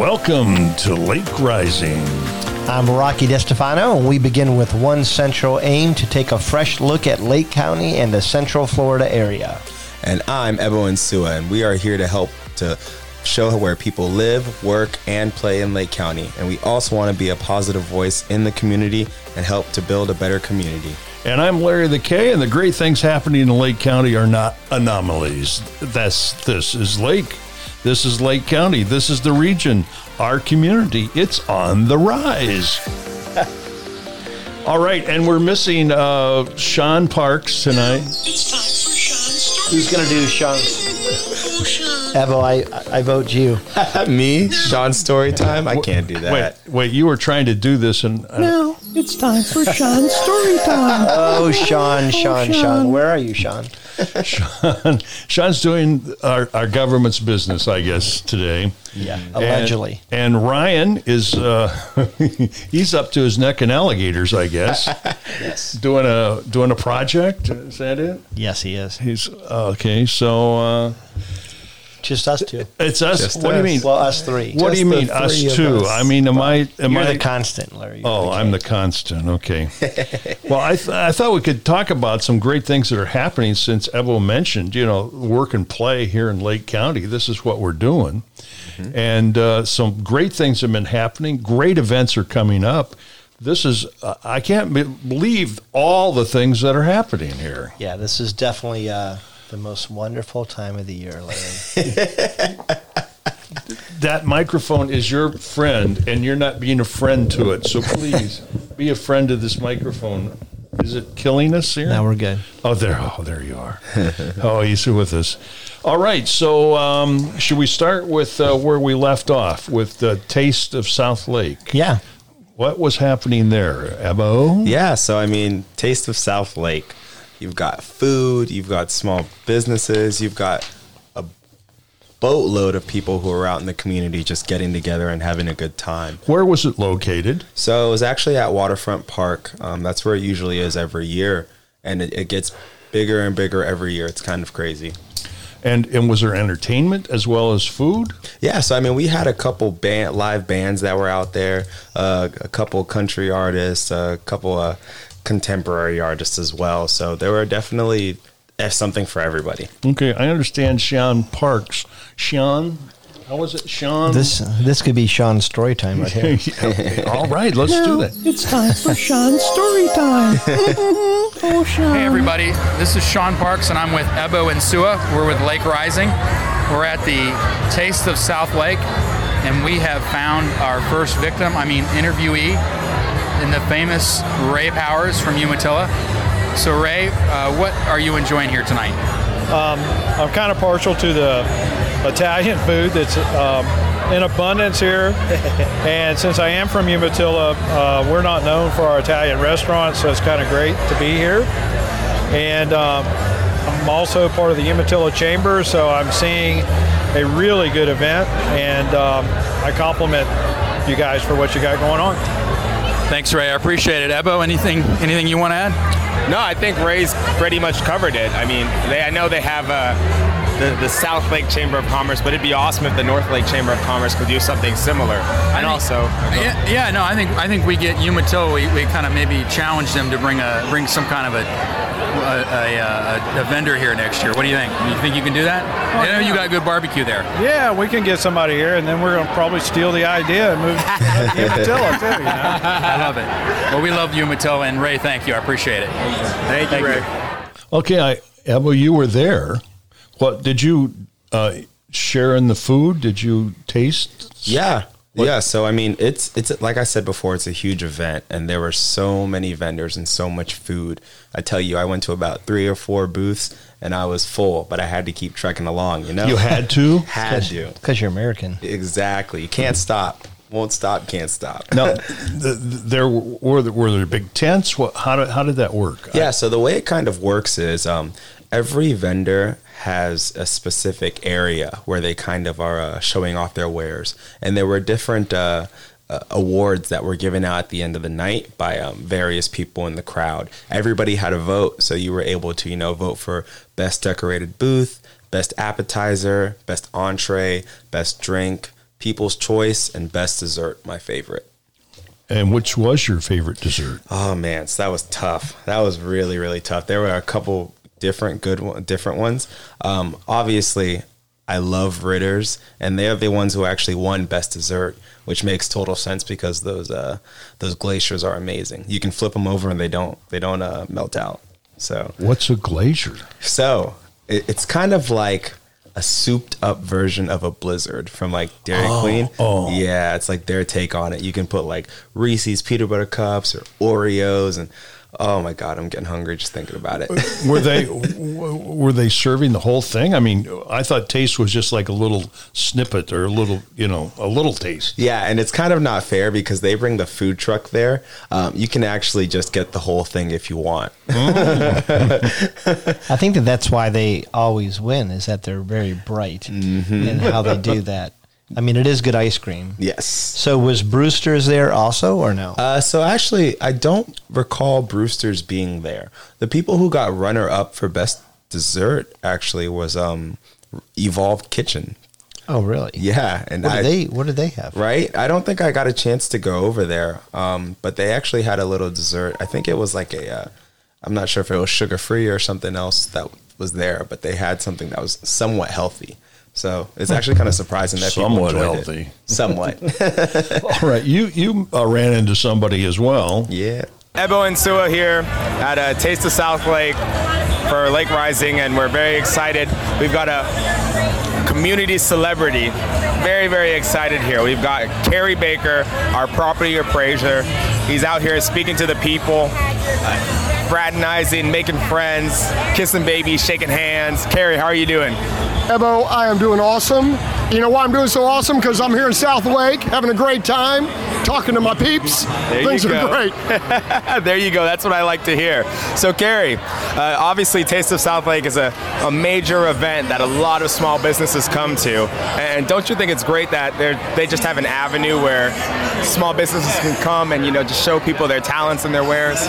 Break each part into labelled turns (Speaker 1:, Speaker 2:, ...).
Speaker 1: Welcome to Lake Rising.
Speaker 2: I'm Rocky DeStefano, and we begin with one central aim to take a fresh look at Lake County and the Central Florida area.
Speaker 3: And I'm Ebo Sua, and we are here to help to show where people live, work, and play in Lake County. And we also want to be a positive voice in the community and help to build a better community.
Speaker 1: And I'm Larry the K, and the great things happening in Lake County are not anomalies. That's this is Lake. This is Lake County. This is the region. Our community. It's on the rise. All right, and we're missing uh, Sean Parks tonight.
Speaker 4: It's time for Sean's story.
Speaker 2: Who's gonna do Sean?
Speaker 4: Oh, Sean.
Speaker 2: Evo, I, I vote you.
Speaker 3: Me, Sean Story Time? I can't do
Speaker 1: Wait,
Speaker 3: that.
Speaker 1: wait, you were trying to do this, and uh,
Speaker 5: Now it's time for Sean's story time.
Speaker 2: Oh, Sean, Sean, Sean.
Speaker 5: Sean.
Speaker 2: Where are you, Sean?
Speaker 1: Sean, Sean's doing our, our government's business, I guess, today.
Speaker 2: Yeah. Allegedly.
Speaker 1: And, and Ryan is uh, he's up to his neck in alligators, I guess. yes. Doing a doing a project. Is that it?
Speaker 2: Yes, he is.
Speaker 1: He's okay. So uh,
Speaker 2: Just us two.
Speaker 1: it's us.
Speaker 3: Just
Speaker 1: what do you
Speaker 3: us.
Speaker 1: mean?
Speaker 2: Well, us three.
Speaker 1: what do you
Speaker 3: just the
Speaker 1: mean us
Speaker 3: three of
Speaker 1: two?
Speaker 3: us.
Speaker 1: I mean, am I am
Speaker 2: You're
Speaker 1: I
Speaker 2: the constant, Larry. You're
Speaker 1: Oh,
Speaker 2: the
Speaker 1: I'm the constant. Okay. well, I, th- I thought we could talk about some great things that are happening since Evo mentioned, you know, work and play here in Lake County. This is what we're doing. And uh, some great things have been happening. Great events are coming up. This is, uh, I can't be- believe all the things that are happening here.
Speaker 2: Yeah, this is definitely uh, the most wonderful time of the year, Larry.
Speaker 1: That microphone is your friend, and you're not being a friend to it. So please be a friend to this microphone. Is it killing us here?
Speaker 2: now we're good.
Speaker 1: Oh, there, oh, there you are. oh, you see with us. All right, so um, should we start with uh, where we left off with the taste of South Lake?
Speaker 2: Yeah.
Speaker 1: What was happening there, Ebo?
Speaker 3: Yeah, so I mean, Taste of South Lake. You've got food, you've got small businesses, you've got a boatload of people who are out in the community just getting together and having a good time.
Speaker 1: Where was it located?
Speaker 3: So it was actually at Waterfront Park. Um, that's where it usually is every year, and it, it gets bigger and bigger every year. It's kind of crazy.
Speaker 1: And and was there entertainment as well as food?
Speaker 3: Yeah, so I mean, we had a couple band live bands that were out there, uh, a couple country artists, a couple uh, contemporary artists as well. So there were definitely eh, something for everybody.
Speaker 1: Okay, I understand Sean Parks. Sean, how was it, Sean?
Speaker 2: This this could be Sean's story time right here.
Speaker 1: Okay, All right, let's do
Speaker 5: Now
Speaker 1: that.
Speaker 5: it's time for Sean's story time. oh, Sean.
Speaker 6: Hey everybody, this is Sean Parks and I'm with Ebo and Sua. We're with Lake Rising. We're at the Taste of South Lake and we have found our first victim, I mean interviewee, in the famous Ray Powers from Umatilla. So Ray, uh, what are you enjoying here tonight?
Speaker 7: I'm kind of partial to the Italian food that's um, in abundance here. and since I am from Umatilla, uh, we're not known for our Italian restaurants, so it's kind of great to be here. And um, I'm also part of the Umatilla Chamber, so I'm seeing a really good event. And um, I compliment you guys for what you got going on.
Speaker 6: Thanks Ray, I appreciate it. Ebo, anything anything you want to add?
Speaker 8: No, I think Ray's pretty much covered it. I mean, they I know they have uh, the the South Lake Chamber of Commerce, but it'd be awesome if the North Lake Chamber of Commerce could do something similar. And
Speaker 6: think-
Speaker 8: also,
Speaker 6: Yeah, yeah, no, I think I think we get Umatilla. We, we kind of maybe challenge them to bring a bring some kind of a a, a, uh, a, a vendor here next year. What do you think? You think you can do that? I know you got good barbecue there.
Speaker 7: Yeah, we can get somebody here, and then we're going to probably steal the idea and move to Umatilla, too. You know?
Speaker 6: I love it. Well, we love Umatilla and Ray. Thank you. I appreciate it.
Speaker 8: thank you, Ray.
Speaker 1: Okay, I, Ebo, you were there. What did you uh, share in the food? Did you taste?
Speaker 3: Yeah. Yeah, so I mean, it's it's like I said before, it's a huge event, and there were so many vendors and so much food. I tell you, I went to about three or four booths, and I was full, but I had to keep trekking along. You know,
Speaker 1: You had to.
Speaker 3: had to
Speaker 2: Because you're American.
Speaker 3: exactly. You can't stop, won't stop, can't stop.
Speaker 1: Now, the, the, there were there, were there big tents. What? How did how did that work?
Speaker 3: Yeah, so the way it kind of works is um, every vendor has a specific area where they kind of are uh, showing off their wares. And there were different uh, uh, awards that were given out at the end of the night by um, various people in the crowd. Everybody had a vote, so you were able to, you know, vote for best decorated booth, best appetizer, best entree, best drink, People's Choice and Best Dessert, my favorite.
Speaker 1: And which was your favorite dessert?
Speaker 3: Oh man, so that was tough. That was really really tough. There were a couple different good one, different ones. Um, obviously, I love Ritters, and they are the ones who actually won Best Dessert, which makes total sense because those uh, those glaciers are amazing. You can flip them over and they don't they don't uh, melt out. So
Speaker 1: What's a glacier?
Speaker 3: so it, it's kind of like a souped up version of a blizzard from like Dairy Queen.
Speaker 1: oh.
Speaker 3: Yeah, it's like their take on it. You can put like Reese's peanut butter cups or Oreos and oh my god, I'm getting hungry just thinking about it.
Speaker 1: Were they w- were they serving the whole thing? I mean, I thought taste was just like a little snippet or a little, you know, a little taste.
Speaker 3: yeah, and it's kind of not fair because they bring the food truck there. Um, you can actually just get the whole thing if you want.
Speaker 2: I think that that's why they always win is that they're very bright and
Speaker 3: Mm-hmm.
Speaker 2: how they do that. I mean, it is good ice cream.
Speaker 3: yes.
Speaker 2: So was Brewster's there also or no?
Speaker 3: Uh, so actually, I don't recall Brewster's being there. The people who got runner up for best dessert actually was um, Evolved Kitchen.
Speaker 2: oh, really?
Speaker 3: Yeah, and
Speaker 2: What
Speaker 3: I,
Speaker 2: did they What did they have?
Speaker 3: right? I don't think I got a chance to go over there. Um, but they actually had a little dessert. I think it was like a, uh, I'm not sure if it was sugar free or something else that was there, but they had something that was somewhat healthy. So it's actually kind of surprising that
Speaker 1: Somewhat
Speaker 3: people enjoyed
Speaker 1: healthy.
Speaker 3: It. Somewhat,
Speaker 1: All right, you you uh, ran into somebody as well.
Speaker 3: yeah.
Speaker 8: Ebo and Sua here at a Taste of South Lake for Lake Rising, and we're very excited. We've got a community celebrity. Very, very excited here. We've got Kerry Baker, our property appraiser. He's out here speaking to the people, uh, fraternizing, making friends, kissing babies, shaking hands. Kerry, how are you doing?
Speaker 9: Ebo, I am doing awesome. You know why I'm doing so awesome? Because I'm here in South Lake having a great time, talking to my peeps.
Speaker 8: There you
Speaker 9: Things are
Speaker 8: go.
Speaker 9: great.
Speaker 8: there you go. That's what I like to hear. So, Gary, uh, obviously, Taste of South Lake is a, a major event that a lot of small businesses come to. And don't you think it's great that they they just have an avenue where small businesses can come and, you know, just show people their talents and their wares?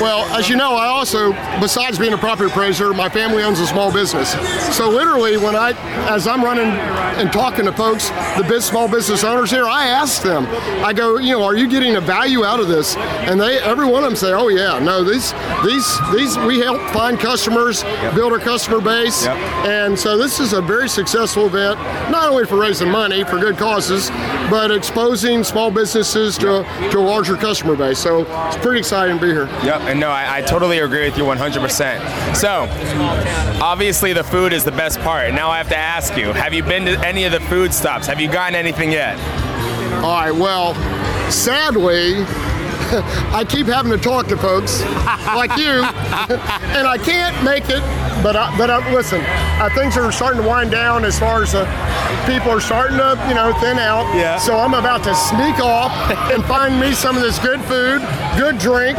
Speaker 9: Well, as you know, I also, besides being a property appraiser, my family owns a small business. So literally, when I, as I'm running and talking to folks, the biz, small business owners here, I ask them, I go, you know, are you getting a value out of this? And they, every one of them say, oh yeah, no, these, these, these, we help find customers, build our customer base,
Speaker 8: Yep.
Speaker 9: and so this is a very successful event, not only for raising money for good causes, but exposing small businesses to, to a larger customer base. So it's pretty exciting to be here.
Speaker 8: Yep, and no, I, I totally agree with you 100%. So, obviously, the food is the best part. Now, I have to ask you have you been to any of the food stops? Have you gotten anything yet?
Speaker 9: All right. Well, sadly, I keep having to talk to folks like you, and I can't make it. But I, but I, listen, uh, things are starting to wind down as far as uh, people are starting to you know thin out.
Speaker 8: Yeah.
Speaker 9: So I'm about to sneak off and find me some of this good food, good drink,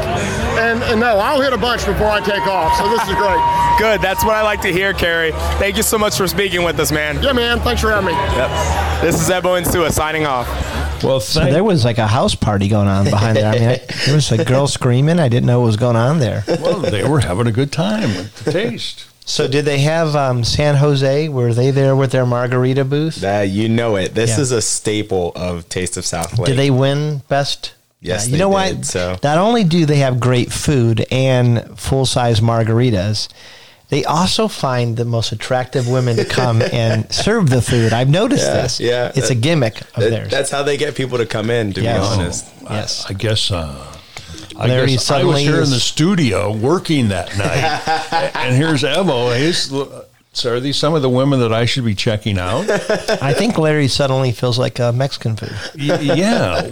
Speaker 9: and, and no, I'll hit a bunch before I take off. So this is great.
Speaker 8: Good, that's what I like to hear, Kerry. Thank you so much for speaking with us, man.
Speaker 9: Yeah, man. Thanks for having me.
Speaker 8: Yep. This is Ebo and Sua signing off.
Speaker 1: Well,
Speaker 2: So
Speaker 1: thank
Speaker 2: there was like a house party going on behind there. I mean, I, there was a girl screaming. I didn't know what was going on there.
Speaker 1: well, they were having a good time with the taste.
Speaker 2: So did they have um, San Jose? Were they there with their margarita booth?
Speaker 3: That you know it. This
Speaker 2: Yeah.
Speaker 3: is a staple of Taste of South Lake.
Speaker 2: Did they win best?
Speaker 3: Yes,
Speaker 2: you
Speaker 3: they
Speaker 2: know
Speaker 3: did,
Speaker 2: what?
Speaker 3: so-
Speaker 2: Not only do they have great food and full size margaritas, they also find the most attractive women to come and serve the food. I've noticed
Speaker 3: Yeah,
Speaker 2: this.
Speaker 3: yeah.
Speaker 2: it's a gimmick of
Speaker 3: That-
Speaker 2: theirs.
Speaker 3: that's how they get people to come in. To
Speaker 2: Yes.
Speaker 3: be honest,
Speaker 2: yes.
Speaker 1: I guess. Uh, I,
Speaker 2: Larry
Speaker 1: guess I was
Speaker 2: suddenly
Speaker 1: here in
Speaker 2: is-
Speaker 1: the studio working that night, and here's Evo. He's, so are these some of the women that I should be checking out?
Speaker 2: I think Larry suddenly feels like uh, Mexican food.
Speaker 1: Y- yeah.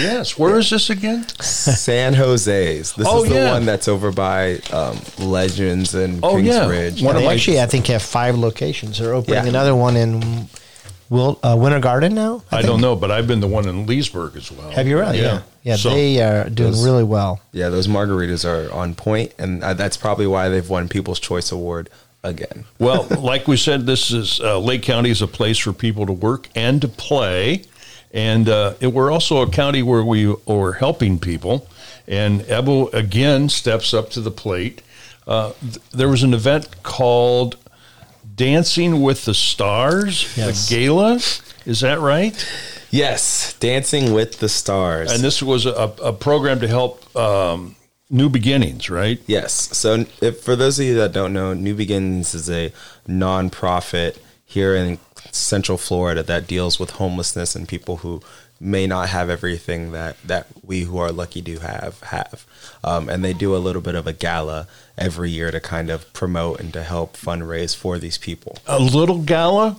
Speaker 1: Yes. Where is this again?
Speaker 3: San Jose's. This
Speaker 1: Oh,
Speaker 3: is the
Speaker 1: yeah.
Speaker 3: one that's over by um, Legends and
Speaker 1: Oh,
Speaker 3: Kings
Speaker 1: yeah.
Speaker 3: Ridge.
Speaker 1: One
Speaker 2: They
Speaker 1: of my-
Speaker 2: actually, I think have five locations. They're opening
Speaker 3: Yeah.
Speaker 2: another one in Wil- uh, Winter Garden now.
Speaker 1: I,
Speaker 2: think.
Speaker 1: don't know, but I've been the one in Leesburg as well.
Speaker 2: Have you really? Yeah, yeah.
Speaker 1: So-
Speaker 2: they are doing
Speaker 3: those-
Speaker 2: really well.
Speaker 3: yeah, those margaritas are on point, and uh, that's probably why they've won People's Choice Award again.
Speaker 1: well, like we said, this is uh, Lake County is a place for people to work and to play, and uh, it- we're also a county where we are helping people. And Ebo again steps up to the plate. Uh, th- there was an event called Dancing with the Stars,
Speaker 2: Yes.
Speaker 1: the gala. Is that right?
Speaker 3: Yes, Dancing with the Stars.
Speaker 1: And this was a, a program to help um, New Beginnings, right?
Speaker 3: Yes. So, if, for those of you that don't know, New Begins is a nonprofit here in Central Florida that deals with homelessness and people who may not have everything that, that we who are lucky do have have. Um, and they do a little bit of a gala every year to kind of promote and to help fundraise for these people.
Speaker 1: A little gala.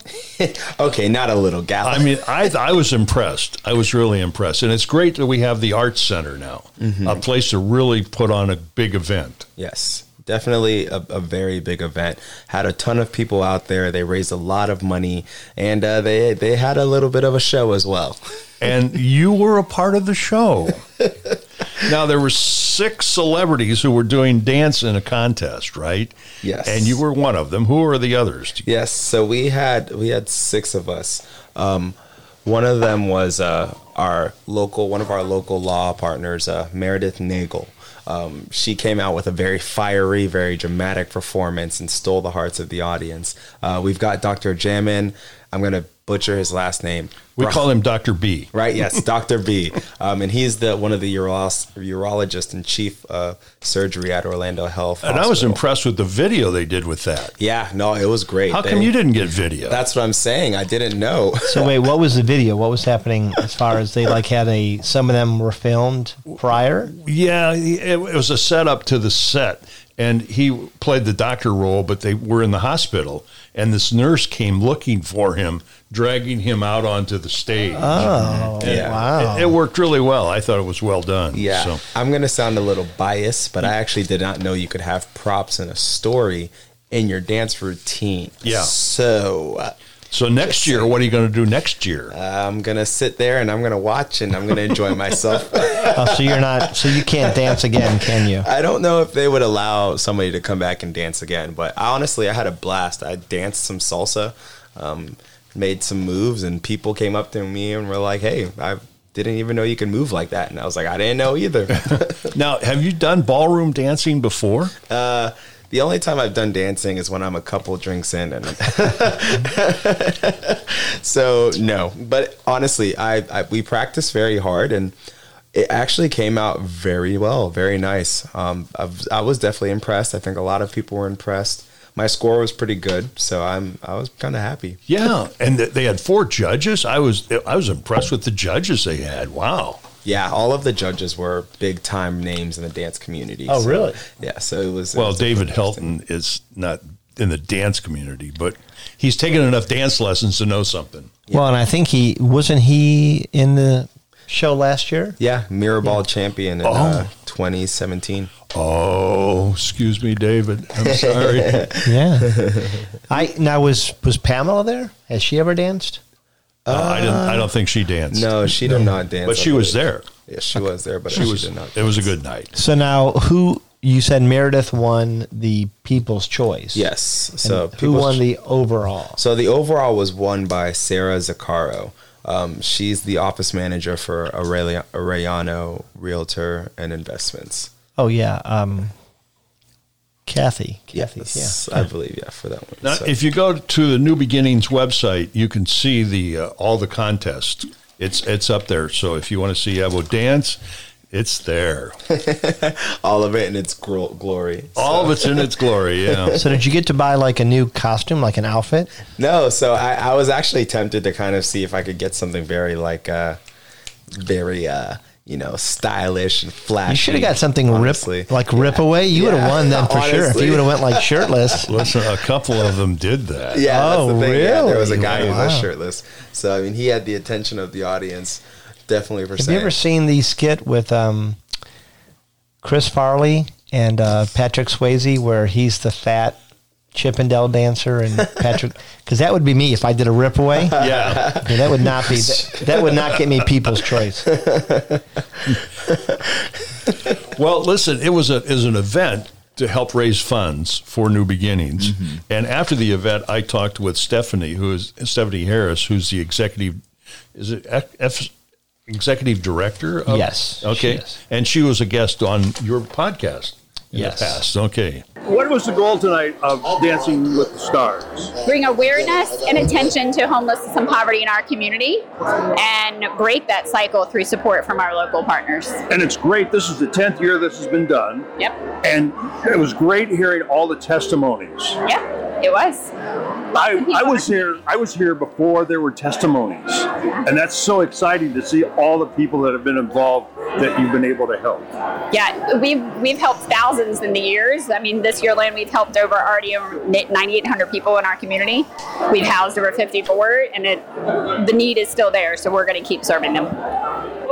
Speaker 3: Okay, not a little gala.
Speaker 1: I mean, I, I was impressed. I was really impressed. And it's great that we have the Arts Center now,
Speaker 3: Mm-hmm.
Speaker 1: a place to really put on a big event.
Speaker 3: Yes, definitely a, a very big event. Had a ton of people out there. They raised a lot of money, and uh, they they had a little bit of a show as well.
Speaker 1: And you were a part of the show. now, there were six celebrities who were doing dance in a contest, right?
Speaker 3: Yes.
Speaker 1: And you were one of them. Who are the others?
Speaker 3: Yes, so we had we had six of us. Um, one of them was uh, our local one of our local law partners, uh, Meredith Nagel. Um, she came out with a very fiery, very dramatic performance and stole the hearts of the audience. Uh, we've got Dr. Jamin. I'm going to butcher his last name.
Speaker 1: We call him Dr. B.
Speaker 3: right? Yes, Doctor B, um, and he's the one of the uro- urologist and chief uh, surgery at Orlando Health.
Speaker 1: And I was
Speaker 3: Hospital.
Speaker 1: impressed with the video they did with that.
Speaker 3: Yeah, no, it was great.
Speaker 1: How
Speaker 3: They-
Speaker 1: come you didn't get video?
Speaker 3: That's what I'm saying. I didn't know.
Speaker 2: So wait, what was the video? What was happening as far as they like had a? Some of them were filmed prior.
Speaker 1: Yeah, it, it was a setup to the set, and he played the doctor role, but they were in the hospital, and this nurse came looking for him, dragging him out onto the stage.
Speaker 2: Oh,
Speaker 3: Yeah.
Speaker 2: wow!
Speaker 1: It, it worked really well. I thought it was well done.
Speaker 3: Yeah,
Speaker 1: So.
Speaker 3: I'm gonna sound a little biased, but I actually did not know you could have props and a story in your dance routine.
Speaker 1: Yeah.
Speaker 3: So uh,
Speaker 1: So next year, what are you going to do next year?
Speaker 3: I'm gonna sit there and I'm gonna watch and I'm gonna enjoy myself.
Speaker 2: oh, so you're not. So you can't dance again, can you?
Speaker 3: I don't know if they would allow somebody to come back and dance again, but I, honestly, I had a blast. I danced some salsa, um, made some moves, and people came up to me and were like, "Hey, I didn't even know you could move like that," and I was like, "I didn't know either."
Speaker 1: now, have you done ballroom dancing before?
Speaker 3: Uh, the only time I've done dancing is when I'm a couple drinks in, and so no. But honestly, I, I we practiced very hard and. It actually came out very well, very nice. Um, I've, I was definitely impressed. I think a lot of people were impressed. My score was pretty good, so I'm I was kind of happy.
Speaker 1: Yeah, and th- they had four judges. I was I was impressed with the judges they had. Wow.
Speaker 3: Yeah, all of the judges were big time names in the dance community.
Speaker 2: Oh,
Speaker 3: so-
Speaker 2: really?
Speaker 3: Yeah, so it was. it
Speaker 1: Well,
Speaker 3: was
Speaker 1: David
Speaker 3: interesting.
Speaker 1: Helton is not in the dance community, but he's taken enough dance lessons to know something.
Speaker 2: Well, and I think he wasn't he in the show last year.
Speaker 3: Yeah, Mirrorball champion in uh, 2017.
Speaker 1: Oh, excuse me, David. I'm sorry.
Speaker 2: Yeah. I now was was Pamela there? Has she ever danced?
Speaker 1: Uh, I didn't. I don't think she danced.
Speaker 3: No, she did not dance,
Speaker 1: but
Speaker 3: I
Speaker 1: she was
Speaker 3: believe.
Speaker 1: there.
Speaker 3: Yeah, she was there, but
Speaker 1: She was.
Speaker 3: did not.
Speaker 1: It was a good night.
Speaker 2: So now who you said Meredith won the People's Choice?
Speaker 3: Yes. So
Speaker 2: And who won the overall?
Speaker 3: So the overall was won by Sarah Zaccaro. Um, she's the office manager for Aureli- Arellano Realtor and Investments.
Speaker 2: Oh yeah, um, Kathy. Kathy.
Speaker 3: Yes, I believe yeah for that one.
Speaker 1: Now,
Speaker 3: So-
Speaker 1: if you go to the New Beginnings website, you can see the uh, all the contests. It's it's up there. So if you want to see Evo dance, it's there.
Speaker 3: all of it in its gro- glory.
Speaker 1: All of it's in its glory. Yeah.
Speaker 2: Yeah. So did you get to buy like a new costume, like an outfit?
Speaker 3: No, so I, I was actually tempted to kind of see if I could get something very like uh very uh you know stylish and flashy.
Speaker 2: You should have got something
Speaker 3: honestly.
Speaker 2: rip like rip away. You would
Speaker 3: Yeah.
Speaker 2: have won then for sure if
Speaker 3: Honestly.
Speaker 2: you would have went like shirtless.
Speaker 1: Listen, a couple of them did that.
Speaker 3: Yeah,
Speaker 2: Oh,
Speaker 3: that's the thing. Yeah, there was a
Speaker 2: really?
Speaker 3: guy who was
Speaker 2: Wow.
Speaker 3: shirtless. So I mean, he had the attention of the audience, definitely for
Speaker 2: Have
Speaker 3: saying.
Speaker 2: you ever seen the skit with um, Chris Farley and uh, Patrick Swayze where he's the fat Chippendale dancer and Patrick? Because that would be me if I did a rip away. Yeah,
Speaker 1: Yeah.
Speaker 2: that would not be that, that would not get me People's Choice.
Speaker 1: Well, listen, it was a is an event to help raise funds for New Beginnings,
Speaker 2: Mm-hmm.
Speaker 1: and after the event, I talked with Stephanie, who is Stephanie Harris, who's the executive is it F, F- executive director? Of,
Speaker 2: Yes, she
Speaker 1: Okay,
Speaker 2: is.
Speaker 1: and she was a guest on your podcast. in
Speaker 2: Yes.
Speaker 1: the past. Okay.
Speaker 10: What was the goal tonight of Dancing with the Stars?
Speaker 11: bring awareness and attention to homelessness and poverty in our community and break that cycle through support from our local partners.
Speaker 10: And it's great. This is the 10th year this has been done.
Speaker 11: Yep,
Speaker 10: And it was great hearing all the testimonies.
Speaker 11: yep, it was.
Speaker 10: I, I was here I was here before there were testimonies. And that's so exciting to see all the people that have been involved that you've been able to help.
Speaker 11: Yeah, we've we've helped thousands in the years. I mean, this year alone, we've helped over already over 9,800 people in our community. We've housed over 54, and it the need is still there. So we're going to keep serving them.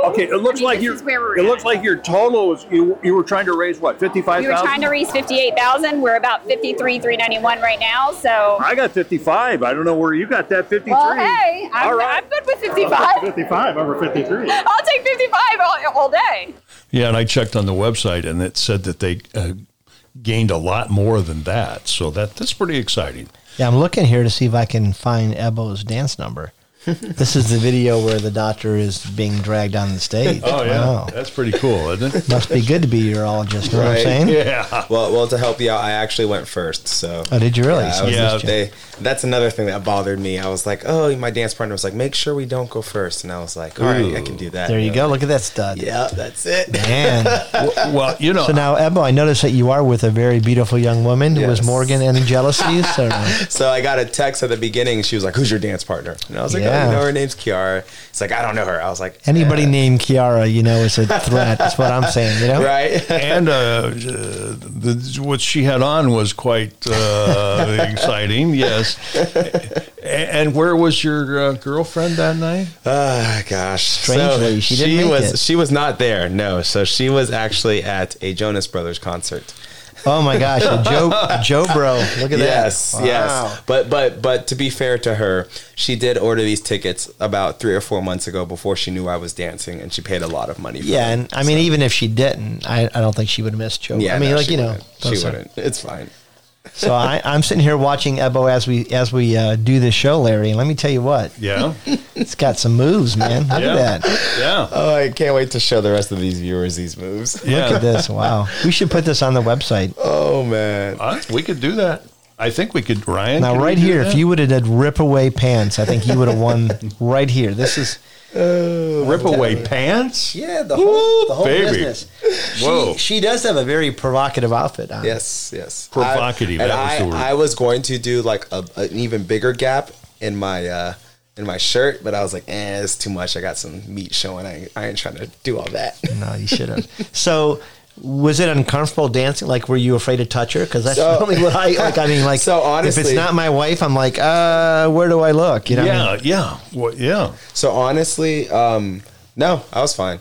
Speaker 10: Okay, it looks
Speaker 11: I mean,
Speaker 10: like
Speaker 11: this
Speaker 10: your
Speaker 11: is where we're at.
Speaker 10: it looks like your total was you, you were trying to raise what fifty five
Speaker 11: We were trying
Speaker 10: thousand.
Speaker 11: to raise 58,000. We're about 53, 391 right now. So
Speaker 10: I got fifty five. I don't know where you got that fifty three.
Speaker 11: Well, hey, I'm,
Speaker 10: All right.
Speaker 11: I'm good with 55.
Speaker 10: 55 over 53.
Speaker 11: I'll take 55 all, all day.
Speaker 1: Yeah, and I checked on the website, and it said that they uh, gained a lot more than that. So that that's pretty exciting.
Speaker 2: Yeah, I'm looking here to see if I can find Ebo's dance number. this is the video where the doctor is being dragged on the stage.
Speaker 1: Oh,
Speaker 2: Wow.
Speaker 1: that's pretty cool, isn't it?
Speaker 2: Must be good to be a urologist, you know what I'm
Speaker 3: Right.
Speaker 2: saying?
Speaker 1: yeah.
Speaker 3: Well, well, to help you out, I actually went first. So.
Speaker 2: Oh, did you really?
Speaker 3: Yeah, I
Speaker 2: So
Speaker 3: was-
Speaker 2: you
Speaker 1: Yeah,
Speaker 2: just-
Speaker 3: they, that's another thing that bothered me. I was like, oh, my dance partner was like, make sure we don't go first, and I was like, all right, I can do that.
Speaker 2: there you go. Look at that stud.
Speaker 3: Yeah, that's it.
Speaker 2: Man.
Speaker 1: Well, you know,
Speaker 2: So now, Ebo, I noticed that you are with a very beautiful young woman. Was
Speaker 3: Yes.
Speaker 2: Morgan any jealousies? Or?
Speaker 3: So I got a text at the beginning. She was like, "Who's your dance partner?" And I was like, "Oh,
Speaker 2: Yeah.
Speaker 3: you know, her name's Kiara." It's like, "I don't know her." I was like,
Speaker 2: Anybody
Speaker 3: "Eh."
Speaker 2: named Kiara, you know, is a threat. That's what I'm saying, you know?
Speaker 3: right?"
Speaker 1: and uh, uh, the, what she had on was quite uh, exciting. Yes. A- And where was your uh, girlfriend that night?
Speaker 3: Ah, gosh.
Speaker 2: Strangely, she didn't make
Speaker 3: was
Speaker 2: it.
Speaker 3: she was not there. No, so she was actually at a Jonas Brothers concert.
Speaker 2: Oh my gosh. a Joe, Joe Bro. Look at
Speaker 3: Yes,
Speaker 2: that.
Speaker 3: yes. But but but to be fair to her, she did order these tickets about three or four months ago before she knew I was dancing, and she paid a lot of money. For
Speaker 2: Yeah,
Speaker 3: them.
Speaker 2: and I mean, even if she didn't, I, I don't think she would have missed Joe.
Speaker 3: yeah.
Speaker 2: I mean,
Speaker 3: no,
Speaker 2: like
Speaker 3: she
Speaker 2: you know,
Speaker 3: wouldn't.
Speaker 2: those
Speaker 3: she
Speaker 2: are-
Speaker 3: wouldn't. It's fine.
Speaker 2: So I, I'm sitting here watching Ebo as we as we uh, do this show, Larry. And let me tell you what,
Speaker 1: Yeah.
Speaker 2: it's got some moves, man. Look
Speaker 1: Yeah.
Speaker 2: at that.
Speaker 1: Yeah.
Speaker 3: Oh, I can't wait to show the rest of these viewers these moves.
Speaker 1: Yeah.
Speaker 2: Look at this. Wow. We should put this on the website.
Speaker 3: Oh man.
Speaker 1: Uh, we could do that. I think we could, Ryan.
Speaker 2: Now,
Speaker 1: could we
Speaker 2: right
Speaker 1: do
Speaker 2: here,
Speaker 1: that?
Speaker 2: if you would have did rip away pants, I think you would have won right here. This is Oh.
Speaker 1: rip away pants,
Speaker 2: yeah, the
Speaker 1: whole- Woo, the whole baby. business. Whoa.
Speaker 2: She, she does have a very provocative outfit on.
Speaker 3: Yes, yes.
Speaker 1: Provocative,
Speaker 3: I, and
Speaker 1: that was
Speaker 3: I,
Speaker 1: the word.
Speaker 3: I was going to do like a, an even bigger gap in my uh, in my shirt, but I was like, eh, it's too much. I got some meat showing. I, I ain't trying to do all that.
Speaker 2: No, you should have. so. Was it uncomfortable dancing? Like, were you afraid to touch her? Because that's
Speaker 3: So-
Speaker 2: only what I like. I mean, like,
Speaker 3: So
Speaker 2: if
Speaker 3: honestly-
Speaker 2: it's not my wife, I'm like, uh, where do I look? You know, what I mean?
Speaker 1: yeah, yeah, well, yeah.
Speaker 3: So honestly, um, no, I was fine.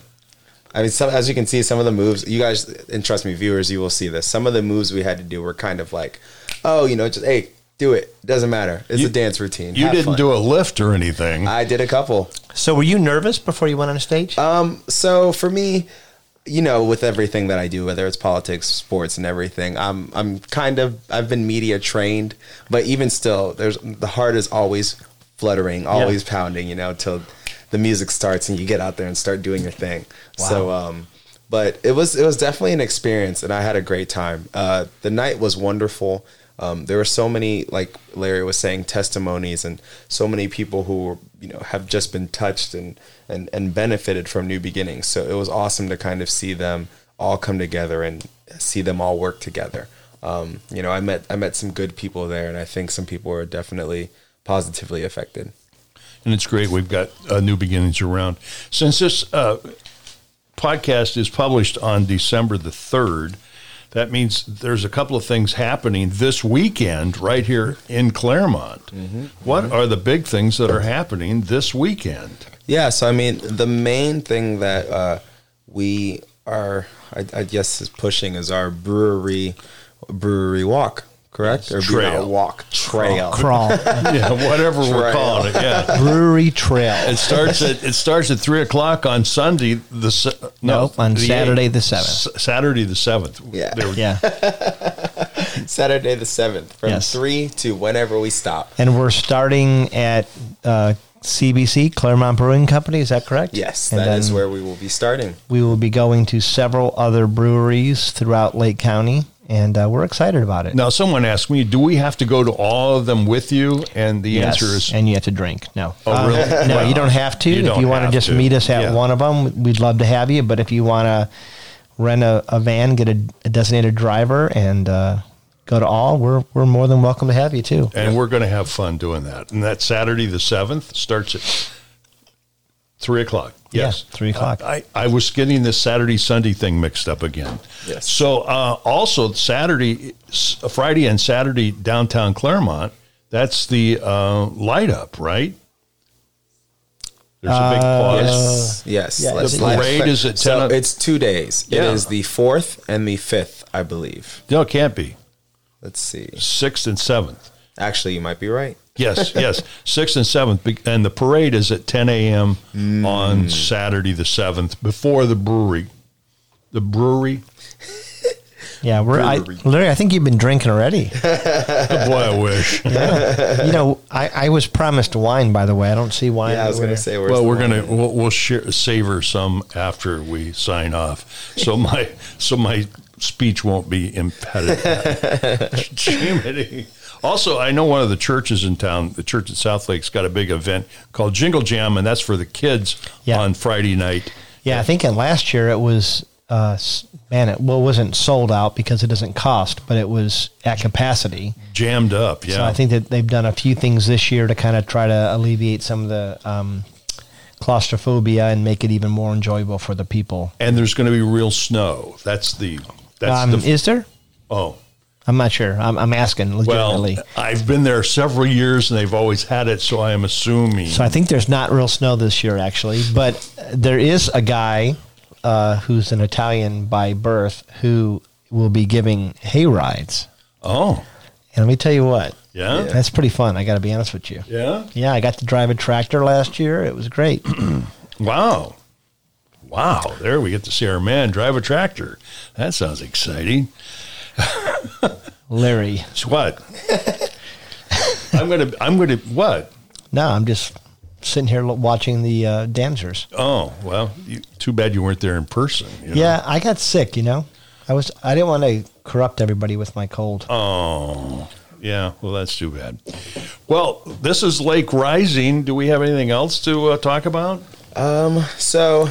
Speaker 3: I mean, some, as you can see, some of the moves you guys, and trust me, viewers, you will see this. Some of the moves we had to do were kind of like, oh, you know, just hey, do it. Doesn't matter. It's
Speaker 1: You-
Speaker 3: a dance routine.
Speaker 1: You didn't do a lift or anything.
Speaker 3: I did a couple.
Speaker 2: So were you nervous before you went on stage?
Speaker 1: Uh,
Speaker 3: so for me you know with everything that i do whether it's politics sports and everything i'm i'm kind of i've been media trained but even still there's the heart is always fluttering always pounding you know till the music starts and you get out there and start doing your thing so um but it was it was definitely an experience and i had a great time uh the night was wonderful um, there were so many, like Larry was saying, testimonies and so many people who were, you know have just been touched and and and benefited from new beginnings. So it was awesome to kind of see them all come together and see them all work together. Um, you know, I met I met some good people there, and I think some people were definitely positively affected.
Speaker 1: and it's great. We've got uh, new beginnings around. Since this uh, podcast is published on December the third, that means there's a couple of things happening this weekend right here in Claremont. What are the big things that are happening this weekend?
Speaker 3: Yeah, so I mean, the main thing that uh, we are, I, I guess, is pushing is our brewery brewery walk, correct? Or be-
Speaker 1: Trail.
Speaker 3: not walk trail.
Speaker 2: Crawl,
Speaker 1: yeah, whatever we're
Speaker 3: Trail.
Speaker 1: calling it. Yeah.
Speaker 2: brewery trail.
Speaker 1: It starts at it starts at three o'clock on Sunday. The se- no
Speaker 2: Nope, on
Speaker 1: the
Speaker 2: Saturday
Speaker 1: eighth.
Speaker 2: the seventh.
Speaker 1: S- Saturday the seventh.
Speaker 3: Yeah.
Speaker 1: There we
Speaker 2: Yeah,
Speaker 3: Saturday the seventh from
Speaker 2: Yes.
Speaker 3: three to whenever we stop.
Speaker 2: and we're starting at uh, CBC Claremont Brewing Company. Is that correct?
Speaker 3: Yes,
Speaker 2: and
Speaker 3: that is
Speaker 2: then
Speaker 3: where we will be starting.
Speaker 2: we will be going to several other breweries throughout Lake County. and uh, we're excited about it.
Speaker 1: Now, someone asked me, do we have to go to all of them with you? And the
Speaker 2: Yes,
Speaker 1: answer is
Speaker 2: and you have to drink. No.
Speaker 1: Oh, really?
Speaker 2: Uh, no,
Speaker 1: Well,
Speaker 2: you don't have to.
Speaker 1: you
Speaker 2: if
Speaker 1: don't
Speaker 2: you want to
Speaker 1: have
Speaker 2: just
Speaker 1: to.
Speaker 2: meet us at
Speaker 1: Yeah.
Speaker 2: one of them, we'd love to have you. But if you want to rent a, a van, get a, a designated driver, and uh, go to all, we're we're more than welcome to have you too.
Speaker 1: and we're going to have fun doing that. And that Saturday the seventh starts at three o'clock.
Speaker 2: Yeah,
Speaker 1: Yes,
Speaker 2: three o'clock.
Speaker 1: I, I was getting this Saturday Sunday thing mixed up again. Yes. So uh, also Saturday, s- Friday and Saturday downtown Claremont. That's the uh, light up, right? There's a big pause.
Speaker 3: Yes.
Speaker 1: Uh, The
Speaker 3: let's- let's-
Speaker 1: parade is at ten.
Speaker 3: So
Speaker 1: o-
Speaker 3: it's two days.
Speaker 1: Yeah.
Speaker 3: It is the fourth and the fifth, I believe.
Speaker 1: no, it can't be.
Speaker 3: Let's see.
Speaker 1: Sixth and seventh.
Speaker 3: Actually, you might be right.
Speaker 1: Yes, yes. Sixth and seventh, be- and the parade is at ten a.m.
Speaker 2: Mm.
Speaker 1: on Saturday the seventh before the brewery. The brewery,
Speaker 2: Yeah, we're. I,
Speaker 1: Brewery.
Speaker 2: Larry, I think you've been drinking already.
Speaker 1: boy, I wish.
Speaker 2: Yeah. you know, I, I was promised wine. By the way, I don't see wine.
Speaker 3: Yeah, I was going to
Speaker 2: anywhere.
Speaker 3: say. where's
Speaker 1: well,
Speaker 3: the
Speaker 1: we're
Speaker 3: wine?
Speaker 1: gonna we'll, we'll share, savor some after we sign off, so my so my speech won't be impeded. Jiminy. Also, I know one of the churches in town, the church at South Lake's got a big event called Jingle Jam, and that's for the kids
Speaker 2: Yeah.
Speaker 1: on Friday night.
Speaker 2: Yeah, I think in last year it was, uh, s- man, it well it wasn't sold out because it doesn't cost, but it was at capacity.
Speaker 1: Jammed up, yeah.
Speaker 2: So I think that they've done a few things this year to kind of try to alleviate some of the um, claustrophobia and make it even more enjoyable for the people.
Speaker 1: and there's going to be real snow. That's the that's
Speaker 2: Um,
Speaker 1: the
Speaker 2: is there?
Speaker 1: oh
Speaker 2: I'm not sure. I'm, I'm asking
Speaker 1: well.
Speaker 2: legitimately.
Speaker 1: I've been there several years and they've always had it, so I am assuming.
Speaker 2: So I think there's not real snow this year, actually, but there is a guy uh, who's an Italian by birth who will be giving hay rides.
Speaker 1: oh
Speaker 2: And let me tell you what,
Speaker 1: Yeah?
Speaker 2: that's pretty fun. I got to be honest with you.
Speaker 1: yeah,
Speaker 2: Yeah, I got to drive a tractor last year. It was great.
Speaker 1: wow, wow. There we get to see our man drive a tractor. That sounds exciting.
Speaker 2: Larry.
Speaker 1: So what? I'm gonna I'm gonna what?
Speaker 2: No, I'm just sitting here lo- watching the uh, dancers.
Speaker 1: Oh well, you, too bad you weren't there in person. you know?
Speaker 2: Yeah, I got sick. You know, I was. I didn't want to corrupt everybody with my cold.
Speaker 1: Oh. Yeah, well, that's too bad. Well, this is Lake Rising. Do we have anything else to uh, talk about?
Speaker 3: Um. So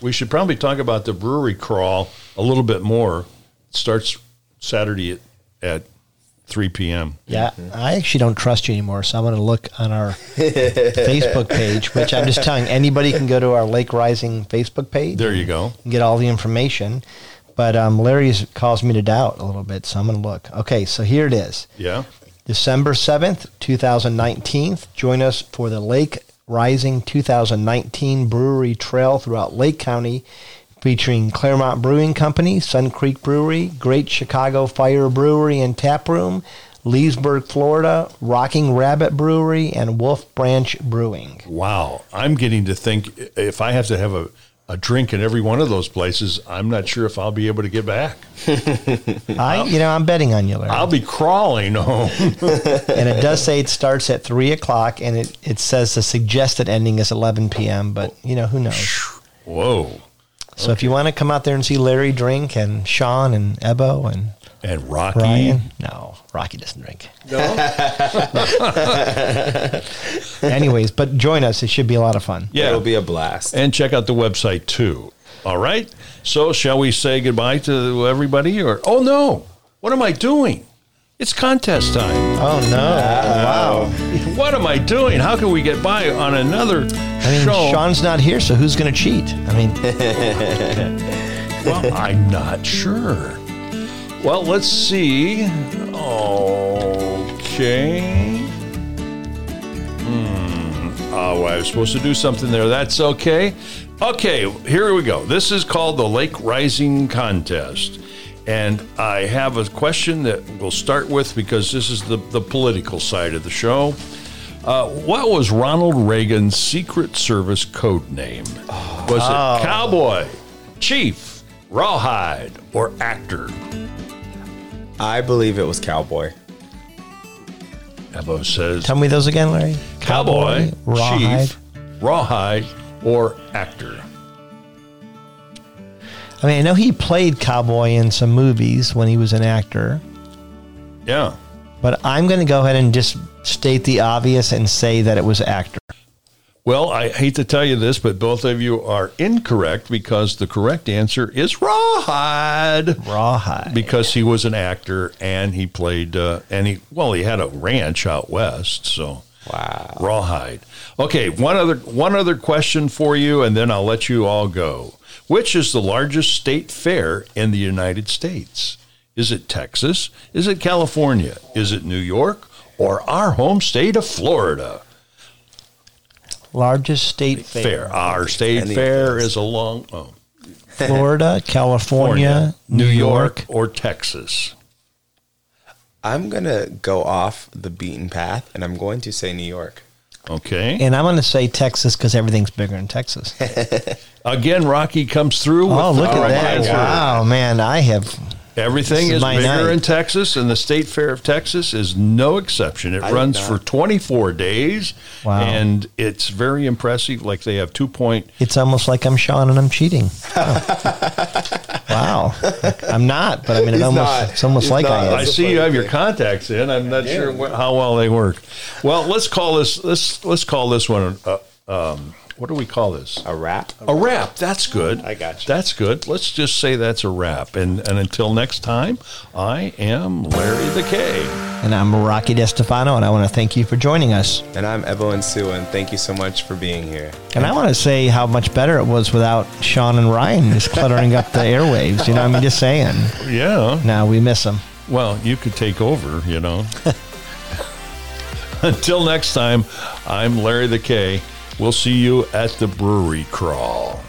Speaker 1: We should probably talk about the brewery crawl a little bit more. It starts Saturday at, at 3 p.m.
Speaker 2: yeah, I actually don't trust you anymore. So I'm going to look on our Facebook page, which I'm just telling anybody can go to our Lake Rising Facebook page.
Speaker 1: There you go.
Speaker 2: and get all the information. But um, Larry's caused me to doubt a little bit, so I'm going to look. Okay, so here it is.
Speaker 1: Yeah.
Speaker 2: December 7th, 2019. Join us for the Lake Rising 2019 Brewery Trail throughout Lake County featuring Claremont Brewing Company, Sun Creek Brewery, Great Chicago Fire Brewery and Tap Room, Leesburg, Florida, Rocking Rabbit Brewery, and Wolf Branch Brewing.
Speaker 1: Wow. I'm getting to think if I have to have a, a drink in every one of those places, I'm not sure if I'll be able to get back.
Speaker 2: I, you know, I'm betting on you, Larry.
Speaker 1: I'll be crawling home.
Speaker 2: and it does say it starts at three o'clock, and it, it says the suggested ending is eleven p.m. But you know who knows.
Speaker 1: Whoa.
Speaker 2: So if you want to come out there and see Larry drink and Sean and Ebo and
Speaker 1: And Rocky.
Speaker 2: Brian, no, Rocky doesn't drink. Anyways, but join us; it should be a lot of fun.
Speaker 1: Yeah.
Speaker 3: it'll be a blast.
Speaker 1: and check out the website too. All right. So, shall we say goodbye to everybody? Or oh no, what am I doing? It's contest time.
Speaker 2: Oh no! wow.
Speaker 1: What am I doing? How can we get by on another
Speaker 2: I mean,
Speaker 1: show?
Speaker 2: Sean's not here, so who's going to cheat? I mean,
Speaker 1: Well, I'm not sure. Well, let's see. Okay. Hmm. Oh, I was supposed to do something there. That's okay. Okay, here we go. This is called the Lake Rising Contest. And I have a question that we'll start with because this is the, the political side of the show. Uh, what was Ronald Reagan's Secret Service code name? Was it Cowboy, Chief, Rawhide, or Actor?
Speaker 3: I believe it was Cowboy.
Speaker 1: Ebo says
Speaker 2: tell me those again, Larry.
Speaker 1: Cowboy,
Speaker 2: Rawhide.
Speaker 1: Chief, Rawhide, or Actor.
Speaker 2: I mean, I know he played cowboy in some movies when he was an actor,
Speaker 1: Yeah.
Speaker 2: but I'm going to go ahead and just state the obvious and say that it was actor.
Speaker 1: Well, I hate to tell you this, but both of you are incorrect because the correct answer is Rawhide.
Speaker 2: Rawhide.
Speaker 1: Because he was an actor and he played, uh, and he, well, he had a ranch out west. So, wow. Rawhide. Okay. One other, one other question for you, and then I'll let you all go. Which is the largest state fair in the United States? Is it Texas? Is it California? Is it New York? Or our home state of Florida?
Speaker 2: Largest state fair.
Speaker 1: fair. Our state
Speaker 2: Any of
Speaker 1: fair is a long oh,
Speaker 2: Florida, California,
Speaker 1: New York, or Texas.
Speaker 3: I'm gonna go off the beaten path, and I'm going to say New York.
Speaker 1: Okay.
Speaker 2: and I'm going to say Texas because everything's bigger in Texas.
Speaker 1: Again, Rocky comes through. With
Speaker 2: oh,
Speaker 1: the
Speaker 2: look at that!
Speaker 1: reminder.
Speaker 2: Wow, man, I have
Speaker 1: Everything
Speaker 2: This
Speaker 1: is,
Speaker 2: is my
Speaker 1: bigger
Speaker 2: night.
Speaker 1: in Texas, and the State Fair of Texas is no exception. It
Speaker 2: I did
Speaker 1: runs
Speaker 2: not.
Speaker 1: for 24 days,
Speaker 2: Wow.
Speaker 1: and it's very impressive. Like they have two point.
Speaker 2: It's almost like I'm Sean and I'm cheating. wow, I'm not, but I mean, it
Speaker 1: He's
Speaker 2: almost
Speaker 1: not.
Speaker 2: it's almost
Speaker 1: He's
Speaker 2: like
Speaker 1: not.
Speaker 2: I am.
Speaker 1: I see you have your contacts in. I'm not sure wh- how well they work. Well, let's call this let's let's call this one. Uh, um, what do we call this?
Speaker 3: A wrap.
Speaker 1: A wrap. That's good. I got you. That's good. Let's just say that's a wrap. And and until next time, I am Larry the K.
Speaker 2: And I'm Rocky DeStefano, and I want to thank you for joining us.
Speaker 3: And I'm Evelyn Sue, and thank you so much for being here.
Speaker 2: And I want to say how much better it was without Sean and Ryan just cluttering up the airwaves. You know, I'm just saying.
Speaker 1: Yeah.
Speaker 2: Now we miss them.
Speaker 1: Well, you could take over. You know. until next time, I'm Larry the K. We'll see you at the brewery crawl.